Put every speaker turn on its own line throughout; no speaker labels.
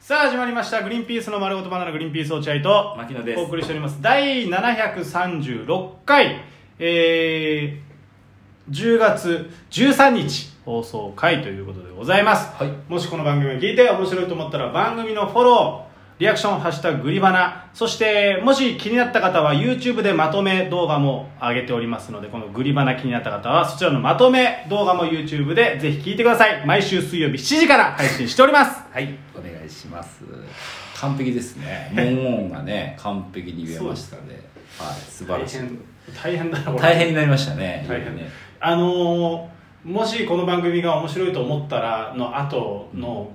さあ始まりました「グリーンピースの丸ごとバナナグリーンピース落合」と
牧野です
お送りしております第736回えー、10月13日放送回ということでございます、
はい
もしこの番組を聞いて面白いと思ったら番組のフォローリアクション「ハッシュタググリバナ」そしてもし気になった方は YouTube でまとめ動画も上げておりますのでこのグリバナ気になった方はそちらのまとめ動画も YouTube でぜひ聞いてください毎週水曜日7時から配信しております
はいお願いします完璧ですね文言がね完璧に言えましたので、はい、素晴らしい
大変大変だなこれ
大変になりましたね
大変
ね
あのーもしこの番組が面白いと思ったらの後の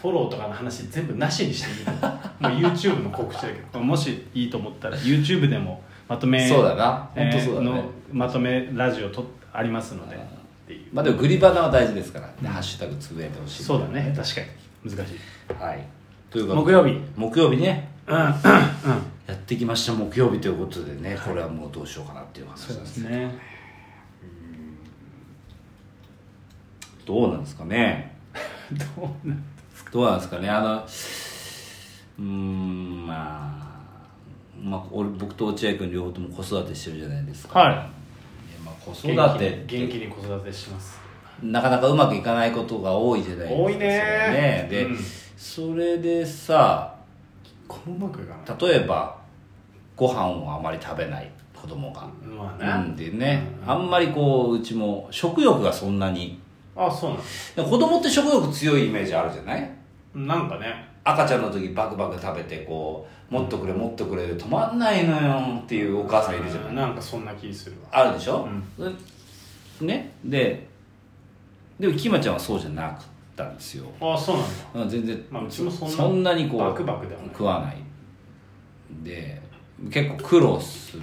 フォローとかの話全部なしにしていい のもう YouTube の告知だけどもしいいと思ったら YouTube でもまとめ
そうだな
えー
本当そうだね
のまとめラジオとありますので
あー
っていう
まあでもグリバナは大事ですから、ねハッシュタグつぶやいてほしい
そうだね確かに難しい
はいということ
木
で
曜日
木曜日ね
うんうんうん
やってきました木曜日ということでね、これはもうどうしようかなっていう話
そう
なん
で
ですすね
ね
どうなんですかね
どうなん
どうなんですかねあのうーんまあ、まあ、俺僕と落合君両方とも子育てしてるじゃないですか、
はい
やまあ、子育て
元
っ
気に元気
て
に子育てします
なかなかうまくいかないことが多いじゃないですか
多いね
ねで、
うん
それでさ
こうまくいかない
例えばご飯をあまり食べない子供が、
まあ
う
ね
ん、でね、あんまりこううちも食欲がそんなに
あそうなんです
子供って食欲強いイメージあるじゃない
なんかね
赤ちゃんの時バクバク食べてこうもっとくれもっとくれで止まんないのよっていうお母さんいるじゃない
なんかそんな気するわ
あるでしょ、ねででもキマちゃんはそうじゃなかったんですよ
あそうなんだ
うん全然、
まあうちもそんな
にこう
バクバクではない
食わないで結構苦労する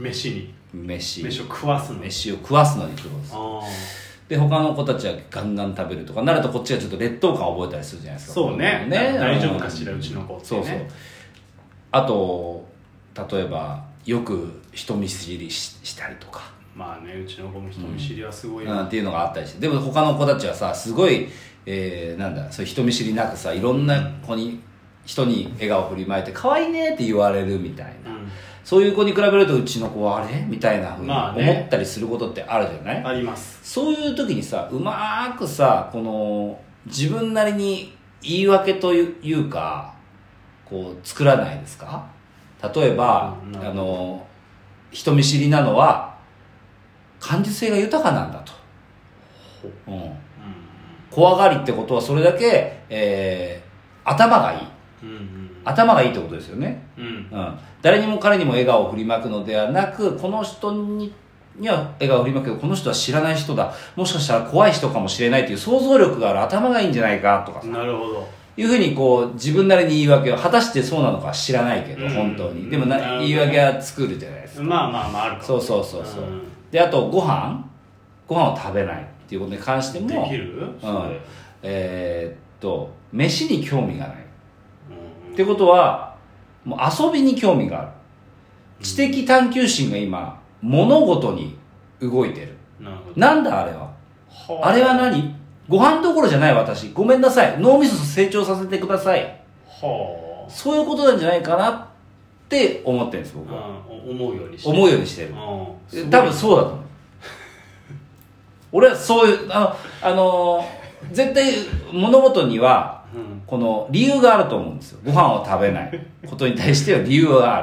飯に
飯
飯を食わすの
飯を食わすのに苦労する
あ
で他の子たちはガンガン食べるとかなるとこっちがちょっと劣等感を覚えたりするじゃないですか
そうね
ね
大丈夫かしらうちの子ってね
そうそうあと例えばよく人見知りししたりとか、
あまあねうちの子も人見知りはすごいよ、
うん、っていうのがあったりしてでも他の子たちはさすごい、えーなんだそういう人見知りなくさいろんな子に人に笑顔振りまいて「可愛いね」って言われるみたいな、
うん
そういう子に比べるとうちの子はあれみたいなふうに
まあね
思ったりすることってあるじゃない、
あります
そういう時にさうまーくさこの自分なりに言い訳というかこう作らないですか例えば、
うん
あの人見知りなのは感受性が豊かなんだと、うん、怖がりってことはそれだけ、えー頭がいい
うんうん
頭がいいってことですよね
うんうん
うん、誰にも彼にも笑顔を振りまくのではなくこの人にには笑顔を振りまくけどこの人は知らない人だもしかしたら怖い人かもしれないという想像力がある頭がいいんじゃないかとかさ
なるほど
いうふうにこう自分なりに言い訳を果たしてそうなのかは知らないけど
うん
本当にでも
なるほ
な
ど
言い訳は作るじゃないですか
まあまあまああるか
そうそうそうそう
うん
であとご飯ご飯を食べないっていうことに関して
で
も
きる
うんえーっと飯に興味がない
うん
ってことはもう遊びに興味がある知的探求心が今物事に動いてる
なるほど
なんだあれは
は
あれは何ご飯どころじゃない私ごめんなさい脳みそ成長させてください
は
そういうことなんじゃないかなって思ってるんです僕は
あ、うん、思うようにして
思うようにしてる
う
え
ん
多分そうだ と思う俺はそういうあの、あのー絶対物事には
うん
この理由があると思うんですよご飯を食べないことに対しては理由があ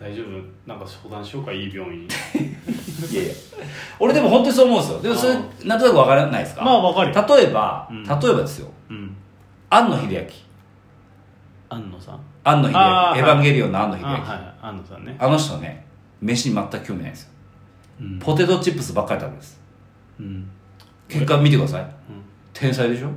る
大丈夫なんか相談しようかいい病院に
いやいや俺でも本当にそう思うんですよでもそれ
う
なんとなくわからないですか、
まあわかるよ
例えば、
うん
例えばですよ
うん
庵野秀明
安野さん
庵野秀明
あー
エヴァンゲリオンの庵野秀
あ
明あ,、
はい安野さんね
の人ね飯に全く興味ないんですよ
うん
ポテトチップスばっかり食べるんです
うん
結果見てください
うん
天才でしょ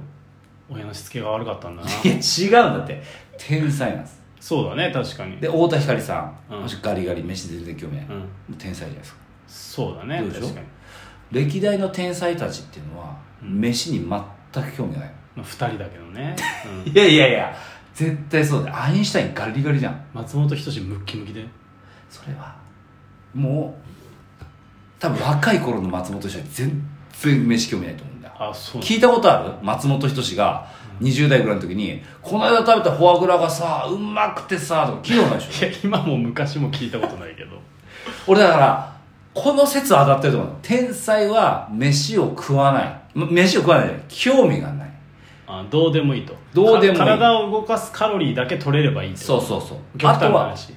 親のしつけが悪かったんだない
や違うんだって天才なんです
そうだね確かに
で太田光さん、
うん
もしガリガリ飯全然興味ない、
う
も
ん
う天才じゃないですか
そうだね
どうでしょう
確かに
歴代の天才たちっていうのは、
うん
飯に全く興味がない
まあ2人だけど ねうん
いやいやいや絶対そうだよアインシュタインガリガリじゃん
松本人志ムッキムキで
それはもう多分若い頃の松本氏は全然飯興味ないと思うんだ
あそう
聞いたことある松本人志が20代ぐらいの時に「この間食べたフォアグラがさうまくてさ」とか聞いたことないでし
いや今も昔も聞いたことないけど
ょ俺だからこの説当たってると思う天才は飯を食わないま飯を食わないじゃない興味がない
あどうでもいいと
どうでもいい
か体を動かすカロリーだけ取れればいいって
そうそうそう
極
あ
端な
とは
話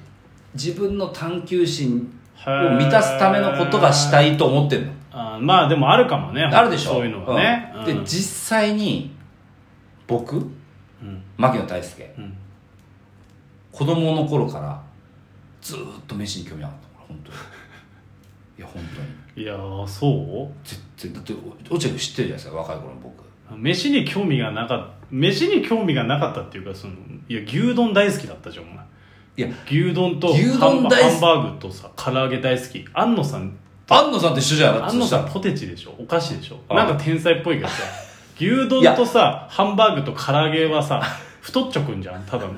自分の探求心を満たすためのことがしたいと思ってるの
あまあでもあるかもね
あるでしょ
そういうのはね、
う
うんん、
で実際に僕
うん
牧野大輔
うん
子供の頃からずーっと飯に興味なかったから本当に いや本当に
いやーそう
絶対だって落合君知ってるじゃないですか若い頃の僕
飯に興味がなかった飯に興味がなかったっていうかそのいや牛丼大好きだったじゃんお前
いや
牛丼と
牛
ハン
丼
バ
大好き
ハンバーグとさ唐揚げ大好き安野さん
安野さんと一緒じゃなかった
安野さんポテチでしょお菓子でしょ
あ
なんか天才っぽいけどさ牛丼とさハンバーグと唐揚げはさ太っちょくんじゃんただ の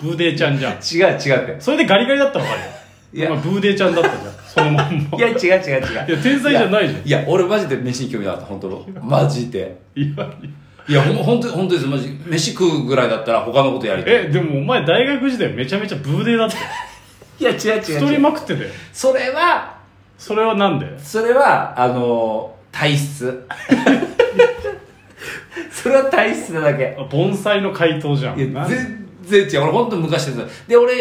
ブーデーちゃんじゃん
違う違うって
それでガリガリだったらわかる
いや
よお前ブーデーちゃんだったじゃ んそのまんま
いや違う違う違う
いや天才じゃないじゃん
いや俺マジで飯に興味なかった本当マジで
いやいや
いやほん本当に本当ですマジ飯食うぐらいだったら他のことやりたい
えでもお前大学時代めちゃめちゃブーデーだったよ
いや違う違
太りまくってたよ
それは
それはなんで
それはあの体質 それは体質なだけ
あ盆栽の回答じゃん
い
な
や
ん
全然違う俺本当に昔ですで俺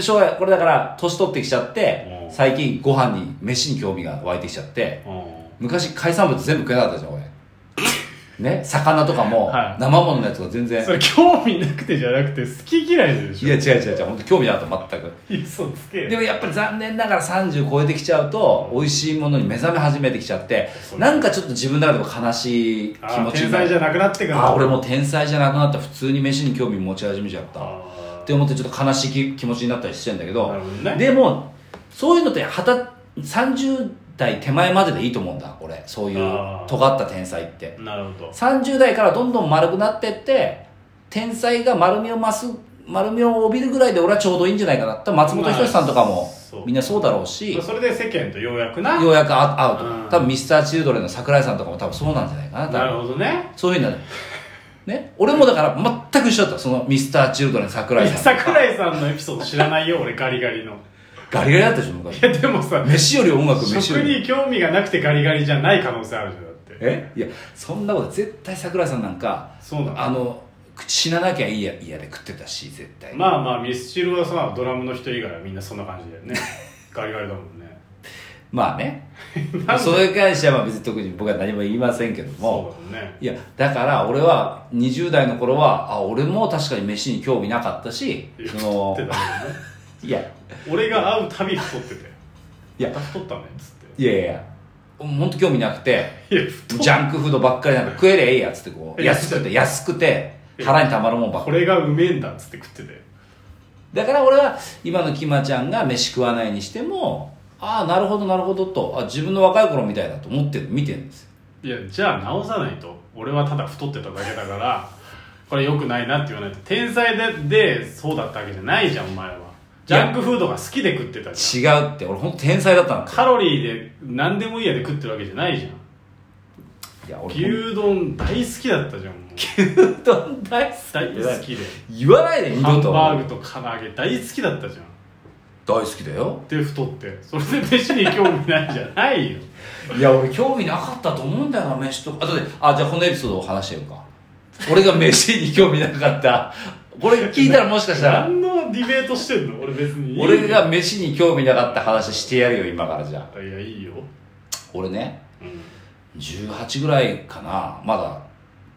将来これだから年取ってきちゃって
うん
最近ご飯に飯に興味が湧いてきちゃって
う
昔海産物全部食えなかったじゃん俺ね魚とかも
はい
生もののやつが全然、
んそれ興味なくてじゃなくて好き嫌いでし
い、
ょ
や違う違う違う本当興味なかった全く
いやそうつけ
でもやっぱり残念ながら30超えてきちゃうと美味しいものに目覚め始めてきちゃって
そう
なんかちょっと自分の中でも悲しい
あ
気
ー
持ち
天
にな
才じ
る
ゃなくなってくる
あー俺もう天才じゃなくなった普通に飯に興味持ち始めちゃった
あ
って思ってちょっと悲しい気気持ちになったりしてんだけど
なるほどね
でもそういうのってはた30代手前まででいいと思うんだ俺そういう
あー
尖った天才って
ーなるほど
30代からどんどん丸くなってって天才が丸みを増す丸みを帯びるぐらいで俺はちょうどいいんじゃないかなって松本人志さんとか
まあ
も
そう
みんなそうだろうし
まあそれで世間とようやくな
ようやくあ会うと
うん
多分ミスターチルドレンの桜井さんとかも多分そうなんじゃないかな多分
なるほどね
そういうふうになるね俺もだから全く一緒だったそのミスターチルドレン桜井
いや
さんとか
桜井さんのエピソード知らないよ俺ガリガリの
ガリガリだったでしょ 昔
いやでもさ
飯より音楽飯
食
より
に興味がなくてガリガリじゃない可能性あるじゃんだって
えいやそんなこと絶対桜井さんなんか
そうなの
あの死ななきゃいいや嫌で食ってたし絶対
まあまあミスチルはさドラムの人以外はみんなそんな感じだよねガリガリだもんね
まあねそれに関してはまあ別に特に僕は何も言いませんけど
そ
も
うだもんね
いやだから俺は20代の頃はあ俺も確かに飯に興味なかったし
いや
そ
太って
の
たもんね
いや
俺が会うたび太ってたよ
いや
また太ったねっつっ
いやいや本当興味なくて
ていや太っ
ジャンクフードばっかりなんか食えりゃええやっつってこう
いや
安くて安くて腹にたまるもんばっかり
これがうめえんだっつって食ってたよ
だから俺は今のきまちゃんが飯食わないにしてもああなるほどなるほどとあ自分の若い頃みたいだと思ってる見てるんですよ
いやじゃあ直さないと俺はただ太ってただけだからこれ良くないなって言わないと天才ででそうだったわけじゃないじゃんお前はジャンクフードが好きで食ってたじ
違うって俺本当天才だったの
ゃんカロリーで何でもいいやで食ってるわけじゃないじゃん
いや俺ほん
牛丼大好きだったじゃんもう
牛丼大好き
大好きで
言わないで二
ハン
度と
バーグと唐揚げ大好きだったじゃん
大好きだよ
で太ってそれで飯に興味ないじゃないよ
いや俺興味なかったと思うんだよな飯とかあとであじゃあこのエピソードを話してようか俺が飯に興味なかったこれ聞いたらもしかしたら
何のディベートしてんの俺別にいいよ
俺が飯に興味なかった話してやるよ今からじゃあ
いやいいよ、
俺ね
うん
18ぐらいかなまだ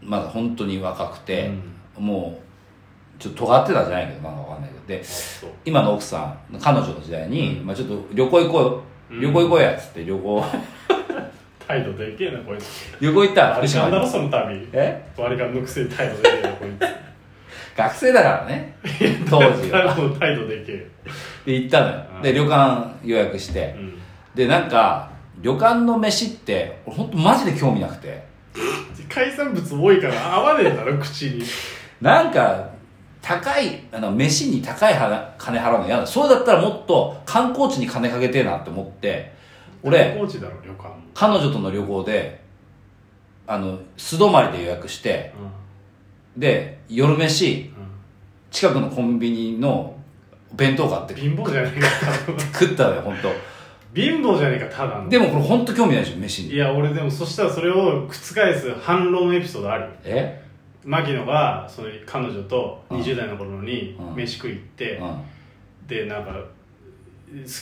まだ本当に若くて、もうちょっと尖ってたんじゃないけどなんかわかんないけどで
あそう
今の奥さん彼女の時代に、
う
まあ、ちょっと旅行行こうよ
うん
旅行行こうやっつって旅行
態度でけえなこいつ
旅行行ったら
割
福
り勘だ
島
ろ
に
その度
え
割り勘のくせに態度でけえなこい
学生だからね当
つ
時
態
は
度 態度でけえ
で行ったの
うん
よで旅館予約して
うん
でなんか旅館の飯って俺本当マジで興味なくて
海産物多いから合わねえだろ 口に
なんか、高い、あの、飯に高いは金払うの嫌だ。そうだったらもっと観光地に金かけてえなって思って、俺、
高知だろ旅館も
彼女との旅行で、あの素泊まりで予約してで夜飯
う
近くのコンビニの弁当買って
ん貧乏じゃねえか多分
食ったのよ本当
貧乏じゃねえかただの
でもこれ本当興味ないでしょ飯
い
に
や俺でもそしたらそれを覆す反論エピソードある
え
牧野がその彼女と
うん
20代の頃に
うん
飯食い行って
うん
でなんか好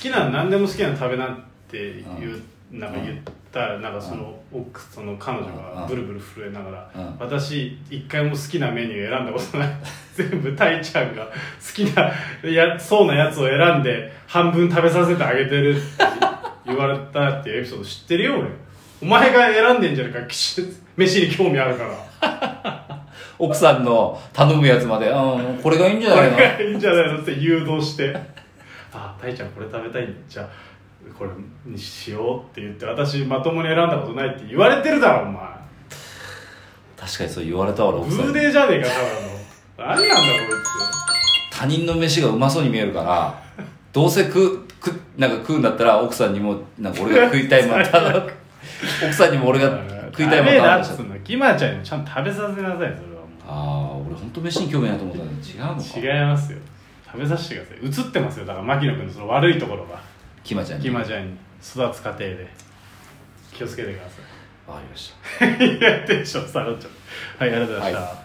きなの何でも好きなの食べなっていうなんか言ったらなんかその奥その彼女
う
が
ん
ブルブル震えながら
うん
私一回も好きなメニュー選んだことない 全部たいちゃんが好きないやそうなやつを選んで半分食べさせてあげてるって言われたっていうエピソード知ってるよ俺お前が選んでんじゃねえかき し飯に興味あるから
奥さんの頼むやつまで、うん、これがいいんじゃないの
これがいいんじゃないのって誘導して「 あたいちゃんこれ食べたいんだじゃあこれにしよう」って言って私まともに選んだことないって言われてるだろお前
確かにそう言われたわ、奥さ
ブー
ん。
デーじゃねえかただの何なんだこい
他人の飯がうまそうに見えるから、どうせ食う、食う、なんか食うんだったら奥さんにも、なんか俺が食いたいもん、た だ、奥さんにも俺が
つ
食いたいもん
ダメ
頼
だ
ん
っ
じゃっ
つ
た
うのキマちゃんにもちゃんと食べさせなさいそれはもう
ああ、俺本当飯に興味ないと思ったのに違うのか。
違いますよ食べさせてください映ってますよだから牧野君のその悪いところが
キマちゃんに。
キ
わ
マ
か
ちゃんに育つ過程で気をつけてください
りました。
いやテンション下がっちゃうはいありがとうございました、
は